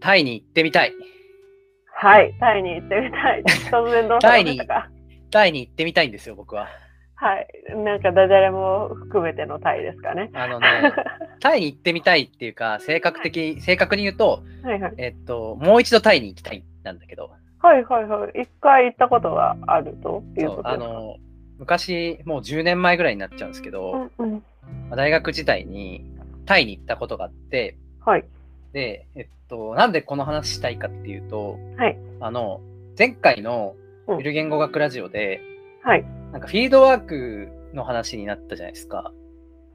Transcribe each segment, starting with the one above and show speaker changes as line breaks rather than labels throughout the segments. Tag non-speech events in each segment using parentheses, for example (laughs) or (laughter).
タイに行ってみたい。
はい、タイに行ってみたい。突然どうされましたか
タイに行ってみたいんですよ、僕は。
はい、なんかダジャレも含めてのタイですかね。
あ
(laughs)
のね、タイに行ってみたいっていうか、正確的、正確に言うと、
はいはい。
えっと、もう一度タイに行きたいなんだけど、
はいはいはい。一回行ったことがあるという
そ
こ
う
と
あの、昔、もう10年前ぐらいになっちゃうんですけど、
うんうん。
まあ大学時代にタイに行ったことがあって、
はい。
で、えっと、なんでこの話したいかっていうと、
はい
あの、前回の
うん
ゆる言語学ラジオで、
はい。
なんかフィールドワークの話になったじゃないですか。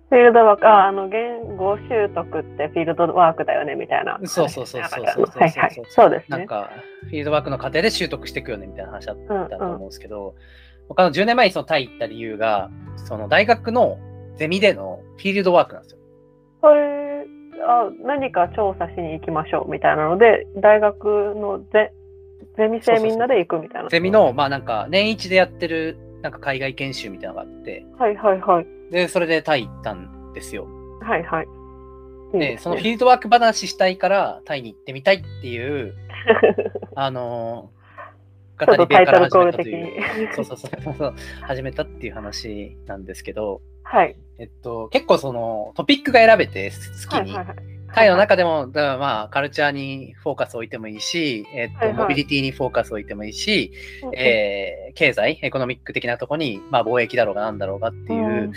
フィールドワーク、ああの、言語習得ってフィールドワークだよね、みたいな。
そうそうそうそうそう
はいはい。そうです
なん
ね。
か、フィールドワークの過程で習得していくよねみたいな話だっ
うんうん。
たと思うんですけど、僕あの10年前にそのタイ行った理由が、その大学のゼミでのフィールドワークなんですよ。
はい。あ何か調査しに行きましょうみたいなので大学のゼゼミ生みんなで行くみたいな
ゼミの、まあなんか、年一でやってる、なんか海外研修みたいなのがあって、
はいはいはい
で、それでタイ行ったんですよ。
はいはいいい
で、そのフィー
ね
ルドワーク話したいから、タイに行ってみたいっていう、あのー、
ちょっとタイトルコー
め
ル
たと
的に
いう、。そうそうそうそう、始めたっていう話なんですけど、
(laughs) はい。
えっと、結構そのトピックが選べて好
は
き
い
に
はい。はい
タイの中でも、だからまあ、カルチャーにフォーカスを置いてもいいし、えっと
はいはい
モビリティにフォーカスを置いてもいいし、
っ
えー経済、エコノミック的なところに、まあ、貿易だろうがなんだろうがっていう、
うん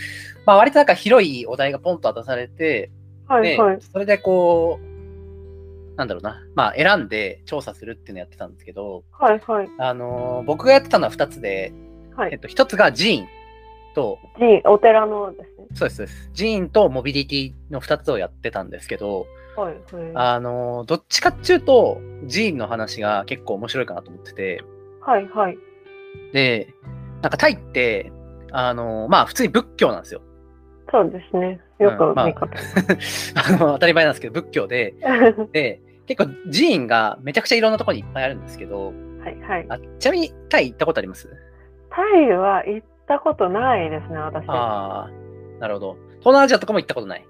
まあ、割となんか広いお題がポンと渡されて、
はい
で
はい。
それでこう、なんだろうな、まあ、選んで調査するっていうのをやってたんですけど、
はいはい。
あのー僕がやってたのは2つで、
は
えっ
い。
と、1つが寺院と、
寺院お寺のですね。
そうですそうです、寺院とモビリティの2つをやってたんですけど、
はいはい。
あのーどっちかっていうと、寺院の話が結構面白いかなと思ってて、
はいはい。
で、なんかタイって、あのーまあ普通に仏教なんですよ。 (laughs)
そうですね。よ
うん
く
まあ
見かける。
あの当たり前なんですけど、仏教で。
(laughs)
で、結構寺院がめちゃくちゃいろんなところにいっぱいあるんですけど、
はいはい。
あちなみにタイ行ったことあります
タイは行ったことないですね、私。東
ああ、なるほど。東南アジアとかも行ったことない。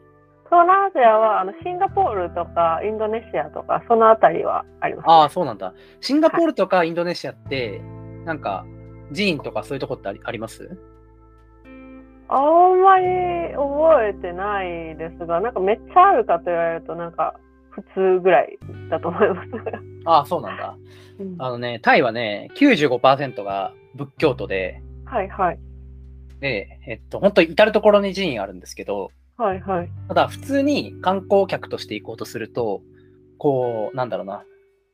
南アジアはあのシンガポールとかインドネシアとかそのあたりはあります。
ああ、そうなんだ。シンガポールとかインドネシアって、なんか寺院とかそういうとこってありあります
あんまり覚えてないですが、なんかめっちゃあるかと言われるとなんか普通ぐらいだと思います。
ああ、そうなんだ。
うん
あのね、タイはね、95%が仏教徒で、
はいはい
で、えっと、本当に至る所に寺院あるんですけど、
はいはい。
ただ普通に観光客として行こうとすると、こう、なんだろうな、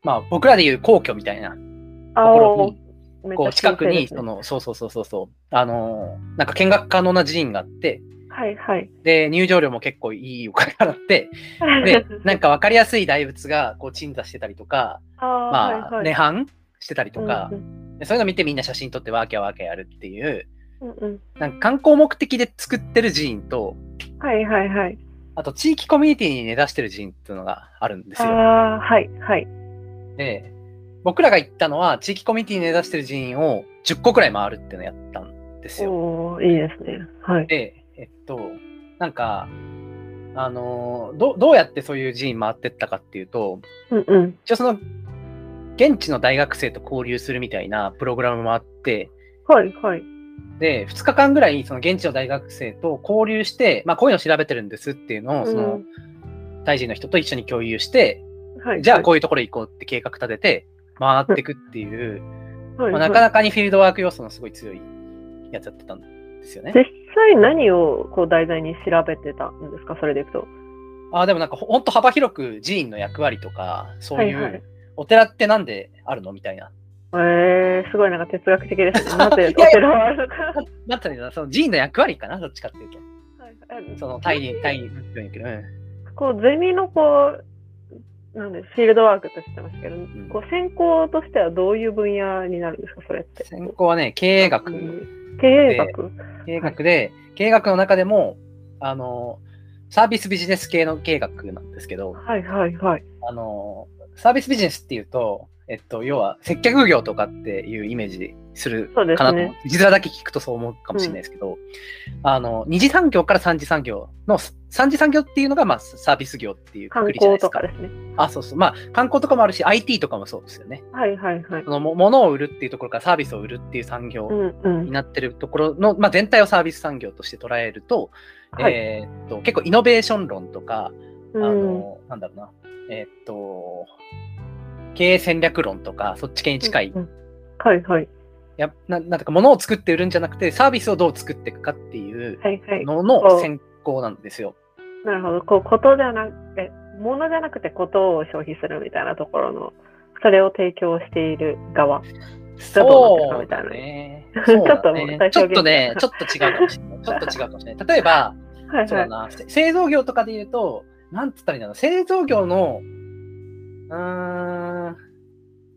まあ僕らでいう皇居みたいなと
あ
ころに、
めっ
こう
ちゃ
近
新
く
鮮で
に、
す
そ
ね
の、そうそうそうそうそう、あのー、なんか見学可能な寺院があって、
はいはい。
で、入場料も結構いいお金払って、
(laughs)
で、なんか分かりやすい大仏がこう鎮座してたりとか、
(laughs) あー
ま
は
あ、
い
涅
はい
槃してたりとか
う、ん
でそういうの見てみんな写真撮ってワーキャーワーキャーやるっていう、
うんうんうん
なんか観光目的で作ってる寺院と、
はいはいはい。
あと地域コミュニティに根ざしてる寺院っていうのがあるんです
あ
よ。
あ、はいはい。
で、僕らが行ったのは地域コミュニティに根ざしてる寺院を10個くらい回るっていうのをやったんですよ。
おおいいですね。はい。
で、えっと、なんか、あのーど、どうやってそういう寺院回ってったかっていうと、
うんうん。
一応その、現地の大学生と交流するみたいなプログラムもあって、
はいはい。
で、2日間ぐらい、その現地の大学生と交流して、まあ、こういうの調べてるんですっていうのを、その、タイ人の人と一緒に共有して、
はい
じゃあこういうところ行こうって計画立てて、回っていくっていう、
はい
ま
は
あ、
い
なかなかにフィールドワーク要素のすごい強いやつやってたんですよね。
実際何をこう題材に調べてたんですか、それでいくと。
あーでもなんかほほんと幅広く寺院の役割とか、そういう、
はいはい
お寺ってなんであるのみたいな。
えー、すごいなんか哲学的ですね。なぜ
いや
お
いや
寺はあるのか。
なんていうんだろうその寺院の役割かなどっちかっていうと。
はいはい
(laughs) そのタイに、タイに、うんうん
こうゼミのこう、なんでフィールドワークとしてましたけど、
ん
こう専攻としてはどういう分野になるんですか、それって。
先行はね、経営学。
うん経営学。
経営学で、経営学の中でも、あの、サービスビジネス系の経営学なんですけど、
はいはいはい。
あの、サービスビジネスっていうと、えっと、要は接客業とかっていうイメージする
そうですね
かなと思う字面だけ聞くとそう思うかもしれないですけど、あの二次産業から三次産業の三次産業っていうのが、まあ、サービス業っていう
観
くくりじゃな
光
いです
と
か
かですね。
あそうそうまあ観光とかもあるし IT とかもそうですよね
はいはいはい
そ。のも物を売るっていうところからサービスを売るっていう産業
うんう
に
ん。
なってるところの、まあ、全体をサービス産業として捉えると,、
はい。
えーっと結構イノベーション論とか、
う
あ
ん
のなんだろうなえーっと経営戦略論とかそっち系に近い,、
うんうんはいはい。
やななんとか物を作って売るんじゃなくてサービスをどう作っていくかっていう
はいはい。
の
そ
の
う
先行なんですよ。
なるほど。こう、ことじゃなくて、ものじゃなくてことを消費するみたいなところの、それを提供している側。
そうだね。
そうだね
そうだねち
ち
ょ
ょ
っ
っ
と
と
ね
ね、
ちょっと違うかもしれない。ちょっと違うかもし
(laughs)
れない。例えば、
はい
そう
は
だ
い。
な、せ製造業とかで言うと、なんつったらいいんだろう、製造業の、うーん、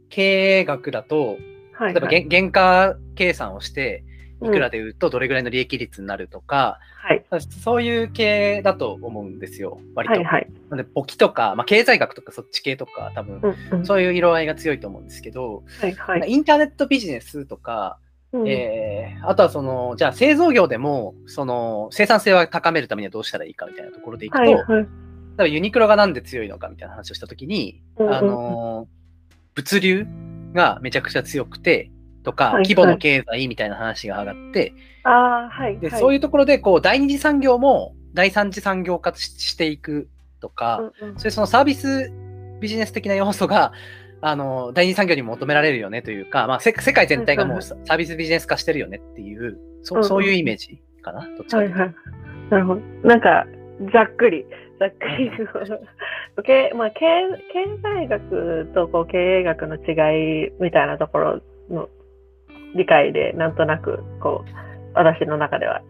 経営額だと、
は
例
い、
えば
は
げ
い。
ん原価計算をして、い
うん
くらで売るとどれぐらいの利益率になるとか、
はい。
そういう系だと思うんですよ、割と。
はいはい。
なので、簿記とか、まあ、経済学とかそっち系とか、多分、
うんうん。
そういう色合いが強いと思うんですけど、
はいはい。
インターネットビジネスとか、
うん
えーあとはその、じゃあ製造業でも、その生産性は高めるためにはどうしたらいいかみたいなところでいくと、
はいはい。
例えばユニクロがなんで強いのかみたいな話をしたときに、
うんうん
あのー、物流がめちゃくちゃ強くて、とか、
はいはい
規模の経済みたいな話が上がって、
ああ、はい。
で
はい
そういうところで、こう、第二次産業も第三次産業化ししていくとか、
うんうん
そういうそのサービスビジネス的な要素が、 (laughs) あの、第二産業にも求められるよねというか、まあ、せ世界全体がもうササービスビジネス化してるよねっていう、
うん
そ
うん
そういうイメージかな、どっちか
は
と
い
いうと。
はい。なるほど。なんか、ざっくり、ざっくり
うんうん。
けまあ、経経済学とこう経営学の違いみたいなところの理解で、なんとなく、こう、私の中では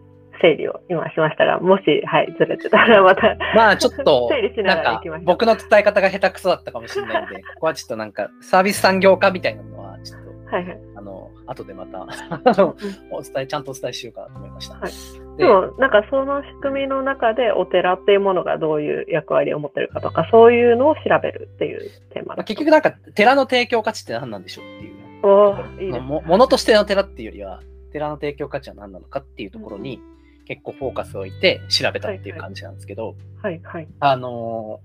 整理を今しましたが、もし、はい、ずれてたらまた、、
まあ、ちょっと
整理しな
な
が
ん
ら
か
行きましょう、
僕の伝え方が下手くそだったかもしれな
(laughs)
いんで、ここはちょっとなんか、サービス産業化みたいなのは、ちょっと、
はいはい。
あの、後でまた、 (laughs) あの、お伝え、ちゃんとお伝えしようかなと思いました。
はい
で
でも、なんかその仕組みの中でお寺っていうものがどういう役割を持ってるかとか、そういうのを調べるっていうテーマ
まあ、
だ
結局なんか、寺の提供価値って何なんでしょうっていう。
おーいいで
その
す
もものとしての寺っていうよりは寺の提供価値は何なのかっていうところに結構フォーカスを置いて調べたっていう感じなんですけど、
はいはい。
あの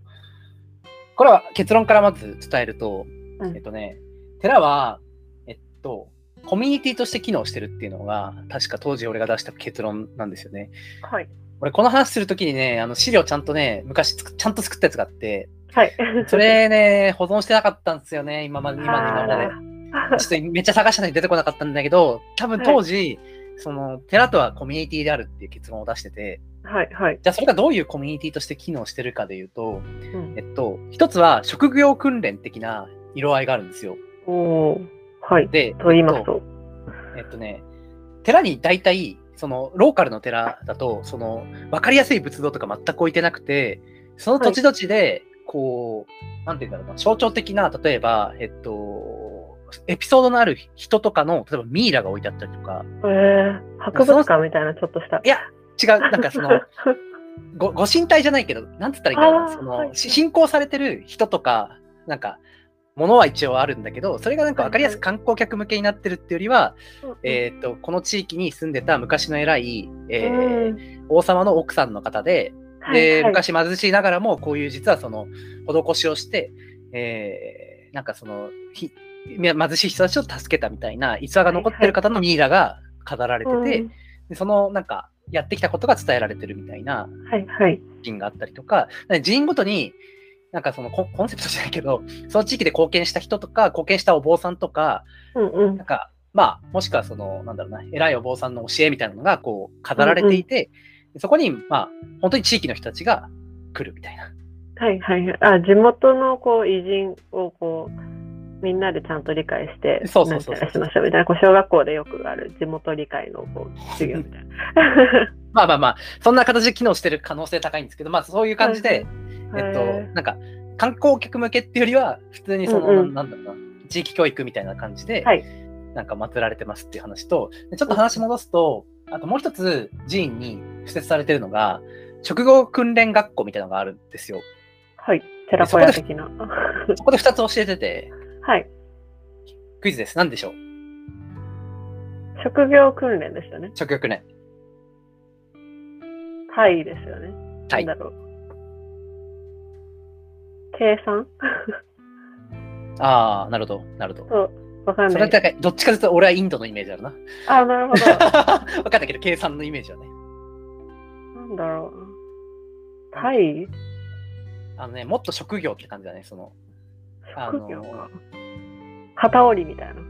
ーこれは結論からまず伝えると、
うん
えっとね寺はえっとコミュニティとして機能してるっていうのが確か当時俺が出した結論なんですよね。
はい。
俺この話するときにねあの資料ちゃんとね昔つくちゃんと作ったやつがあって
はい。
(laughs) そ
(laughs)
れね保存してなかったんですよね今まで今まで今まで。
あー
ちょっとめっちゃ探したのに出てこなかったんだけど、多分当時、その寺とはコミュニティであるっていう結論を出してて、
はいはい。
じゃあそれがどういうコミュニティとして機能してるかでいうと、
うん
えっと、一つは職業訓練的な色合いがあるんですよ。
おーはい。
で、
と言いますと。
えっとね、寺に大体、そのローカルの寺だと、その分かりやすい仏像とか全く置いてなくて、その土地土地で、こう、なんて言うんだろうな、象徴的な、例えば、えっと、エピソードのある人とかの、例えばミイラが置いてあったりとか、
えー、博物館みたいなちょっとした。
いや、違う、なんかそ
(laughs)
の、ごご神体じゃないけど、なんつったらいいんだろう
あ
な、
ー
その、
はい
し信仰されてる人とか、なんか、ものは一応あるんだけど、それがなんか分かりやすく観光客向けになってるっていうよりは、えーっと、この地域に住んでた昔の偉い、えー
うん
王様の奥さんの方で、
はい
で、
はい
昔貧しいながらも、こういう実はその、施しをして、えーなんかその、ひ貧しい人たちを助けたみたいな逸話が残ってる方のミイラが飾られてて、
うん
でそのなんかやってきたことが伝えられてるみたいな
はいはい。
シーンがあったりとか、なんか寺院ごとに、なんかそのココンセプトじゃないけど、その地域で貢献した人とか、貢献したお坊さんとか、
うんうん
なんか、まあ、もしくはその、なんだろうな、偉いお坊さんの教えみたいなのが、こう、飾られていて、そこに、まあ、本当に地域の人たちが来るみたいな。
はいはいはい。あ、地元のこう偉人をこう、みんなでちゃんと理解して、
そうそうそうそ
なん
う
ちゃらしましょうみたいな、こう小学校でよくある地元理解のこう授業みたいな。
まあまあまあ、そんな形で機能してる可能性高いんですけど、まあ、そういう感じで、 (laughs) え
(laughs)
っ
へ
と、なんか、観光客向けっていうよりは、普通にその、
うんうん
なんだろうな、地域教育みたいな感じで、
はい
なんか祀られてますっていう話と、でちょっと話戻すと、あともう一つ寺院に付設されてるのが、職業訓練学校みたいなのがあるん
(laughs)
ですよ。
ーはい。寺子屋的な。
そこで二つ教えてて、
はい。
クイズです。何でしょう
職業訓練ですよね。
職業訓練。
単位ですよね。
タイ
なんだろう。計算
ああ、なるほど、なるほど。
そう。わかん
そ
な
れ
い。
だけ、どっちかというと俺はインドのイメージあるな。 (laughs)
あ、なるほど。 (laughs)
分かったけど、計算のイメージはね。
なんだろう。タイ
あのね、もっと職業って感じだね、その。あの
職業か。旗織りみたいな。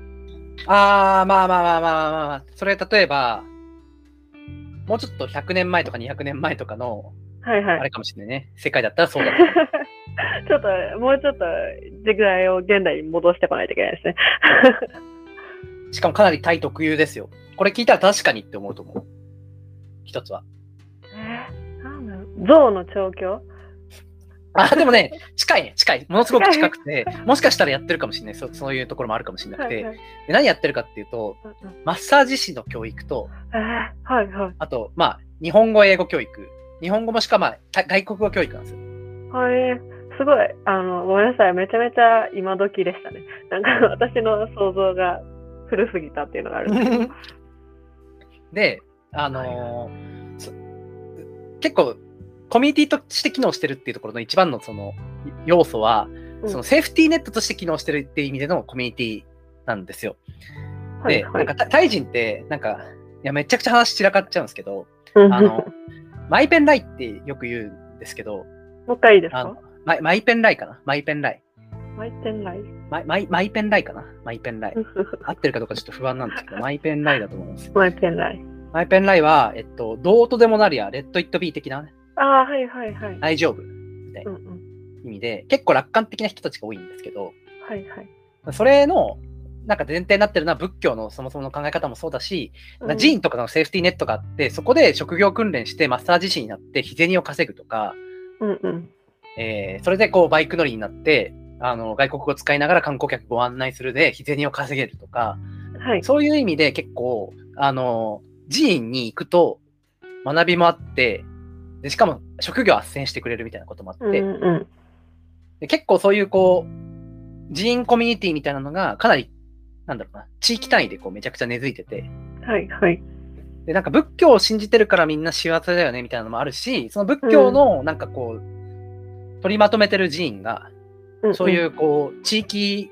ああ、まあまあまあまあまあ、まあ、それ例えば、もうちょっと100年前とか200年前とかの、
はいは
あ
い。
れかもしれないね、世界だったらそうだ
(laughs) ちょっと、もうちょっと、時代を現代に戻してこないといけない
(laughs)
ですね。
しかもかなりタイ特有ですよ。これ聞いたら確かにって思うと思う。一つは。
えー、なんだろう。象の調教
あ、でもね、近いね、近い。ものすごく近くて、もしかしたらやってるかもしれない。そそういうところもあるかもしれなく
は
て。
いはい。
で何やってるかっていうと、
うんうん
マッサージ師の教育と、
えー、はいはい。
あと、まあ、日本語英語教育。日本語もしくは、まあ、た外国語教育なんですよ。
はい、すごい。あの、ごめんなさい。めちゃめちゃ今時でしたね。 (laughs) なんか私の想像が古すぎたっていうのがあるんです
(laughs)
けど。
で、あのーそ結構、コミュニティとして機能してるっていうところの一番のその要素は、
うん
そのセーフティーネットとして機能してるっていう意味でのコミュニティなんですよ。
はい
で、
は
なん
い
かタタイ人って、なんか、いや、めちゃくちゃ話散らかっちゃうんですけど、
うん (laughs)
あの、マイペンライってよく言うんですけど、
もう一回いいです
あ
か
のマイマイペンライかなマイペンライ。
マイテンライ。
マイマイマイペンライかなマイペンライ。合ってるかどうかちょっと不安なんですけど、マイペンライだと思いま
(laughs)
す。
マイテンライ。
マイペンライは、えっと、どうとでもなるや、レッド・イット・ビー的な、ね、
ああ、はいはいはい。
大丈夫
うんうん。
意味で、結構楽観的な人たちが多いんですけど、
はいはい。
それの、なんか前提になってるのは仏教のそもそもの考え方もそうだし、
うん
寺院とかのセーフティーネットがあって、そこで職業訓練してマッサージ師になって日銭を稼ぐとか、
うんうん。
えーそれでこうバイク乗りになって、あの外国語を使いながら観光客ご案内するで日銭を稼げるとか、
はい。
そういう意味で結構、あの、寺院に行くと学びもあって、でしかも職業を斡旋してくれるみたいなこともあって、
うんうん。
で結構そういうこう、寺院コミュニティみたいなのがかなり、なんだろうな、地域単位でこうめちゃくちゃ根付いてて、
はいはい。
で、なんか仏教を信じてるからみんな幸せだよねみたいなのもあるし、その仏教のなんかこう、取りまとめてる寺院が、
んん
そういうこう、地域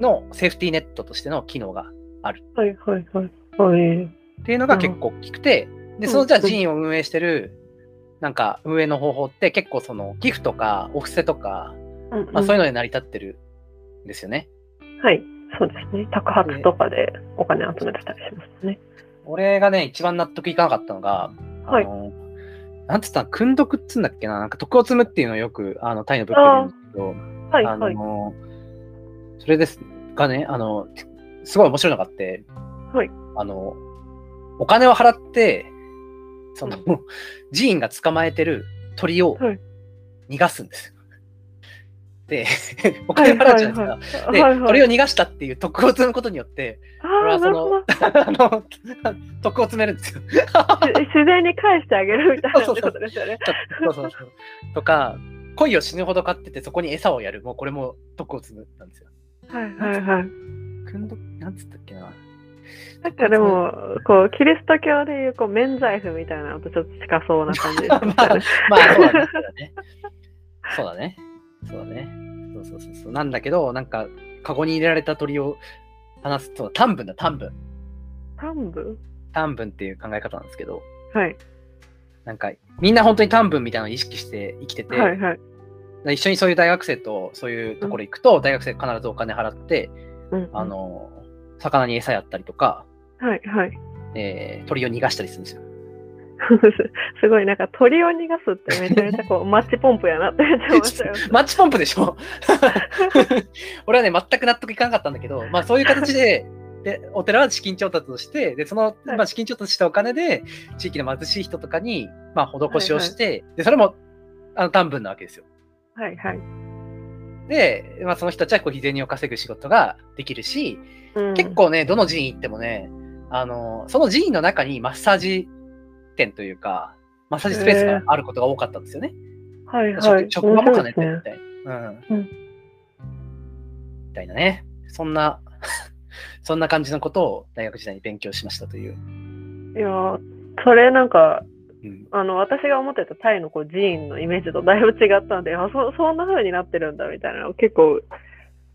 のセーフティーネットとしての機能が
はいはいはい。はい。
っていうのが結構大きくて、で、そのじゃあ寺院を運営してる、なんか運営の方法って結構その寄付とかお布施とか、
うんうん
まあそういうので成り立ってるんですよね。
はい。そうですね。宅泊とかでお金集めてたりしますね。
俺がね、一番納得いかなかったのが、
はい
あの、なんつったの、訓読っつんだっけな、なんか徳を積むっていうのをよく、あの、タイの仏教で言うんで
は
すけ
い
ど、あ
はい。
の、それです、がね、あの、すごい面白いのがあって、
はい
あの、お金を払って、その、 (laughs) 寺院が捕まえてる鳥を
はい
逃がすんですよ。で、お金払うじゃないですか。
はいはい
で、鳥を逃がしたっていう徳を積むことによって、 (laughs)
ああ、なるほど。
あの、 (laughs) 徳を詰めるんですよ。 (laughs)
(laughs) 自然に返してあげるみたいな
そう
こ
そうそう
とですよね。
そうそうそう。とか、鯉を死ぬほど飼ってて、そこに餌をやる。もうこれも徳を積むなんですよ。
はいはいはい。
くんど、なんつったっけな。
なんかでも、こう、キリスト教でいう、こう、免罪符みたいなのとちょっと近そうな感じです
まあ
よ (laughs) ね。、
まあ、そう
(laughs)
だね。そうだね。そうだね。そうそうそうそう。なんだけど、なんか、カゴに入れられた鳥を話すと、短文だ、短文。
幹部
短文っていう考え方なんですけど、
はい。
なんか、みんな本当に短文みたいなのを意識して生きてて、
はいはい。
一緒にそういう大学生とそういうところ行くと、大学生必ずお金払って、
うん
あ、の、魚に餌やったりとか、
はいはい。 (laughs)
えー鳥を逃がしたりするんですよ。
すごい、なんか鳥を逃がすってめちゃめちゃこう、マッチポンプやなってめっちゃ思っちゃ (laughs) いました。
マッチポンプでしょ (laughs) 俺はね、全く納得いかなかったんだけど、まあそういう形で、でお寺は資金調達をして、でその、
はい
まあ、資金調達したお金で、地域の貧しい人とかに、まあ、施しをして、でそれもあの短文なわけですよ。
はいはい。
で、まあ、その人たちはこう日銭を稼ぐ仕事ができるし、
うん
結、構ね、どの寺院行ってもね、あのその寺院の中にマッサージ店というか、マッサージスペースがあることが多かったんですよね。
はいは
職
い。
職場も兼ねてみ
面白いですね
たいな。うん。
うん
みたいなね。そんな (laughs) そんな感じのことを大学時代に勉強しましたという。
いやーそれなんか
うん、
あの私が思ってたタイのこう寺院のイメージとだいぶ違ったんであそそんな風になってるんだみたいなのを結構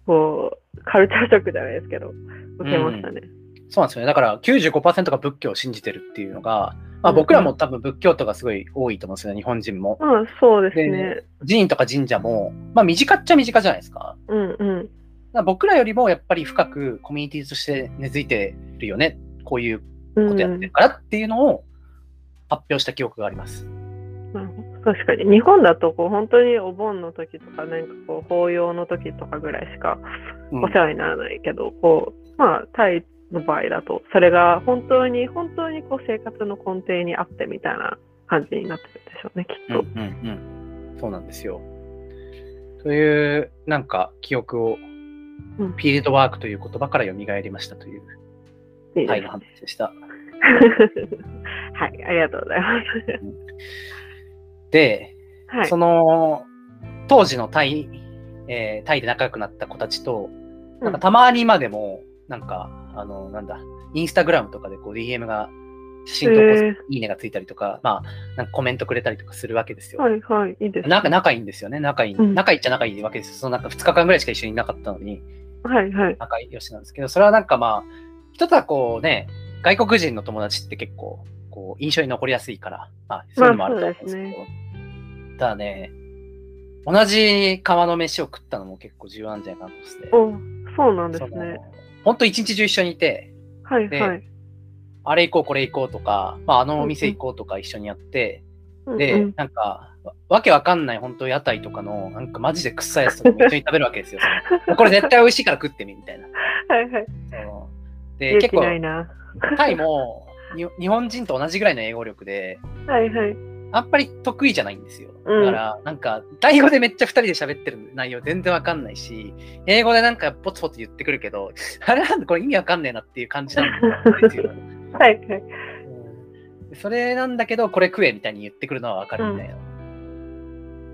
こうカルチャーショックじゃないですけど受けましたね。
そうなんですよね。だから95%が仏教を信じてるっていうのが、
う
まあ、
んうん
僕らも多分仏教徒がすごい多いと思うんですよね、日本人も。
うん、そうですね
で。寺院とか神社も、まあ、身近っちゃ身近じゃないですか。
うんうん。
だから僕らよりもやっぱり深くコミュニティとして根付いてるよね、こういう
うん
ことやってるからっていうのを発表した記憶があります。
なるほど確かに日本だとこう本当にお盆の時とかなんかこう法要の時とかぐらいしか
うん
お世話にならないけど、こうまあタイの場合だとそれが本当に本当にこう生活の根底にあってみたいな感じになってるんでしょうねき
う
っ
んう
と。
んうん、そうなんですよ。という、なんか記憶を、フ
ん
ィールドワークという言葉から蘇りましたという、
いい
タ
で
イ
す
の話でした。
(laughs) はい、ありがとうございます。
で、
はい
そ、の、当時のタイ、えータイで仲良くなった子たちと、
うん
なんかたまに今でも、なんか、あの、なんだ、インスタグラムとかでこう DM が、写真投稿する
えー
いいねがついたりとか、まあ、なんかコメントくれたりとかするわけですよ。
はい、はい、いいですね。
なんか仲いいんですよね。仲いい。
うん
仲いいっちゃ仲いいわけですよ。そのなんか2日間ぐらいしか一緒にいなかったのに、
はい、はい。
仲良しなんですけど、それはなんかまあ、一つはこうね、外国人の友達って結構、こう、印象に残りやすいから、まあ、そういうのもあると思うんですけど、ただね、同じ釜の飯を食ったのも結構重要なんじゃないかなと思ってて
お、そうなんです
その
ね。
ほんと一日中一緒にいて、
はい、
で
はい。
あれ行こう、これ行こうとか、まあ、あのお店行こうとか一緒にやって、
うん
で、
うん
なんか、わわけわかんない、本当屋台とかの、なんかマジで臭いやつとかも一緒に食べるわけですよ。そのこれ絶対美味しいから食ってみ、みたいな。
はい、はい。
そので、
勇
結
気
構、
ないな。
タイもに日本人と同じぐらいの英語力で、
はい、はい。
あんまり得意じゃないんですよ。だ
うん
から、なんか、タイ語でめっちゃ二人で喋ってる内容全然わかんないし、英語でなんかポツポツ言ってくるけど、 (laughs) あれなんだ、これ意味わかんねえなっていう感じなんですよ。
はい、
(laughs)
はい。
うんそれなんだけど、これ食えみたいに言ってくるのはわかるみたいな。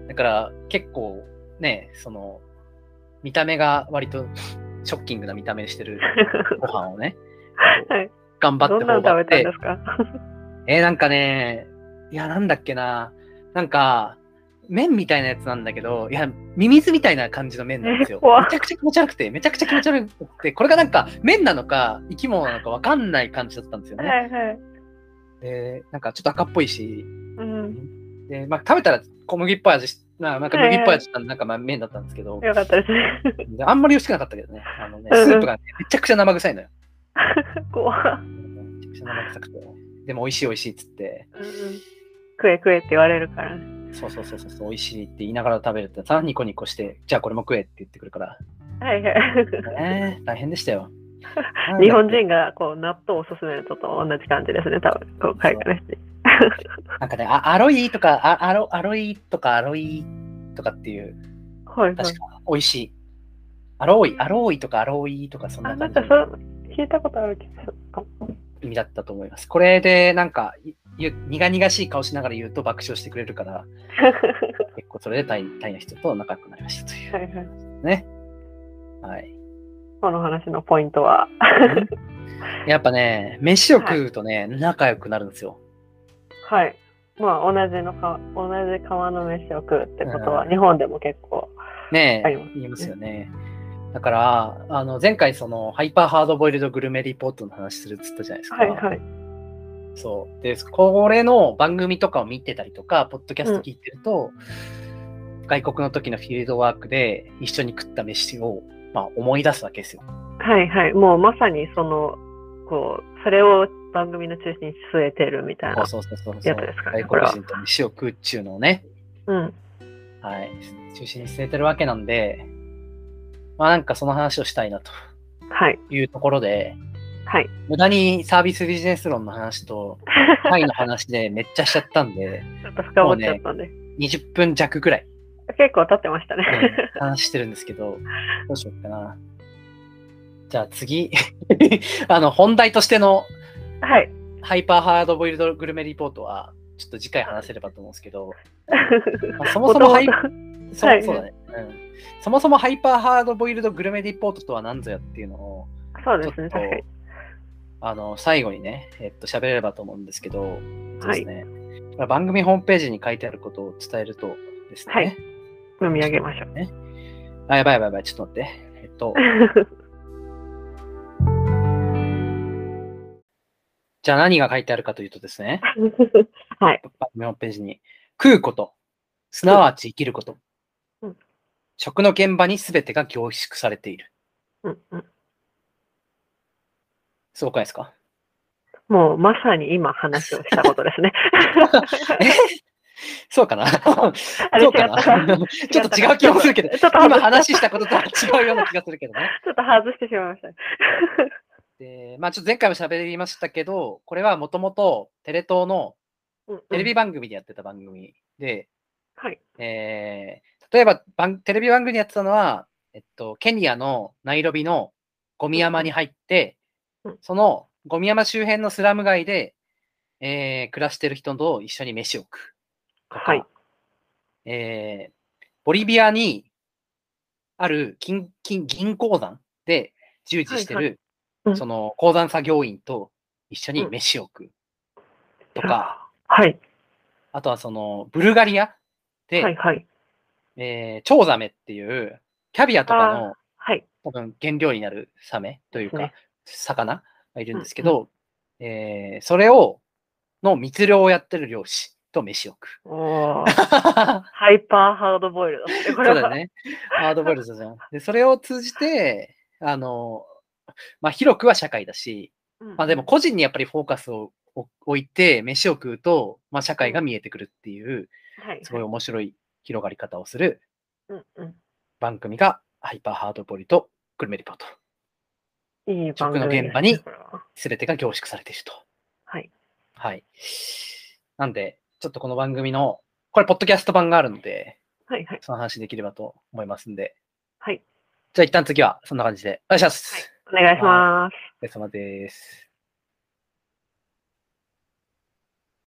だから結構ね、その、見た目が割とショッキングな見た目してるご飯をね、
はい
頑張
ど
って
んな
頬
の食べ
張った
んで
て、
すか。
えー、なんかね、いや、なんだっけな、なんか、麺みたいなやつなんだけど、いや、ミミズみたいな感じの麺なんですよ
え。怖っ
めちゃくちゃ気持ち悪くて、めちゃくちゃ気持ち悪くて、これがなんか麺なのか生き物なのかわかんない感じだったんですよ
は
ね。
い、はい。
で、なんかちょっと赤っぽいし、
うん。
で、まあ食べたら小麦っぽい味し、まあなんか
はいはい
麦っぽい味したなんかまあ麺だったんですけど、
よかったですね。 (laughs)
であんまり美味しくなかったけどね、あのね、
うんうん
スープがね、めちゃくちゃ生臭いのよ。
怖っ
めちゃくちゃ生臭くて。でも美味しい美味しいっつって、
うんうん食え食えって言われるからね。
そうそうそうそうそう、美味しいって言いながら食べると、さらにニコニコして、じゃあこれも食えって言ってくるから、
はいはい。
ねえ、大変でしたよ。なんだっ
(laughs)
け
日本人がこう納豆を勧めるのと同じ感じですね、多分こう海外の人に。
なんかね、あアロイとかあアロ、アロイとかアロイとかっていう、
はいはい
確。か美味しい。アロイ、アロイとかアロイとかそん
あ、
な
なん
感じ
か
の。
そう、聞いたことある気がするかも。
意味だったと思います。これでなんか、いゆ苦々しい顔しながら言うと爆笑してくれるから、結構それでタイタイの人と仲良くなりましたとい
はいはい。
うね。はい。
この話のポイントは。 (laughs)
やっぱね、飯を食うとね、仲良くなるんですよ。
はい。まあ、同じのか、同じ釜の飯を食うってことは、
うん
日本でも結構。
ね
あ
え
ります、ね
言いますよね。だから、あの、前回その、ハイパーハードボイルドグルメリポートの話するっつったじゃないですか。
はいはい。
そう。で、これの番組とかを見てたりとか、ポッドキャスト聞いてると、外国の時のフィールドワークで一緒に食った飯を、まあ、思い出すわけですよ。
はいはい。もうまさにその、こう、それを番組の中心に据えてるみたい
そ
な
う。そうそうそう
やっぱですかねこ
外
れは
国人と飯を食うっちゅうのをね、
うん。
はい、中心に据えてるわけなんで、まあなんかその話をしたいなと
はい。
いうところで、
はい。 (laughs)
無駄にサービスビジネス論の話と、タイの話でめっちゃしちゃったんで、
ちょっと深掘っちゃったんで。
20分弱ぐらい。
結構経ってましたね。
ね話してるんです
(laughs)
けど、どうしようかな。じゃあ次、 (laughs) あの、本題としての
(laughs) はい。
ハイパーハードボイルドグルメリポートは、ちょっと次回話せればと思うんですけど、ま (laughs) あそもそもハイ
元
そ
はいう
そうだね、うん。そもそもハイパーハードボイルドグルメリポートとは何ぞやっていうのを、
々 (laughs) そう
ちょ
で
っ
すね、
と
確かに。
あの最後にね、えっと喋れればと思うんですけど、そ
は
うです
い、
ね番組ホームページに書いてあることを伝えるとですね、
はい飲み上げましょう。
あ、やばいやばいやばい、ちょっと待って。えっと、じゃあ何が書いてあるかというとですね、
はい、
番組ホームページに、食うこと、すなわち生きること、
うん
食の現場に全てが凝縮されている。
(laughs) うんうん。
すごくないですか
もうまさに今話をしたこと
(laughs)
ですね。
え (laughs) そうかな (laughs)
あれ違
そう
っ
か
た
な (laughs) ちょっと違う気もするけど、
(laughs) ちょっと
今
外し
話したこととは違うような気がするけどね。
ちょっと外してしまいましたね。
で、まあちょっと前回も喋りましたけど、これはもともとテレ東の
うんうん
テレビ番組でやってた番組で、
はい。
えー例えば番テレビ番組でやってたのは、えっと、ケニアのナイロビのゴミ山に入って
うんうん、
そのゴミ山周辺のスラム街で、えー暮らしてる人と一緒に飯を食う。
はい。
えーボリビアにある金金銀鉱山で従事して
はい
る、
うん
その鉱山作業員と一緒に
うん
飯を食うとか、
はい。
あとはそのブルガリアで、
はい。はい。
えーチョウザメっていうキャビアとかの
はい。
多分原料になるサメというか、
ね
魚がいるんですけど、えーそれをの密漁をやってる漁師と飯を食う。
おーハイパーハードボイルドですね。これ
そう
は
だよね。ハードボイルドじゃん。で、それを通じて、あの、まあ、広くは社会だし、
うん
まあ、でも個人にやっぱりフォーカスを置置いて、飯を食うと、まあ、社会が見えてくるっていう、
はい。
すごい面白い広がり方をする
うんうん
番組が、ハイパーハードボイルドグルメリポート。
いい番組
食の
ですね
現場に
これは
すべてが凝縮されていると。
はい。
はい。なんで、ちょっとこの番組の、これ、ポッドキャスト版があるので、
はい。はい。
その話できればと思いますんで、
はい。
じゃあ一旦次はそんな感じで、お願いします。
お願いします。
お疲れ様です。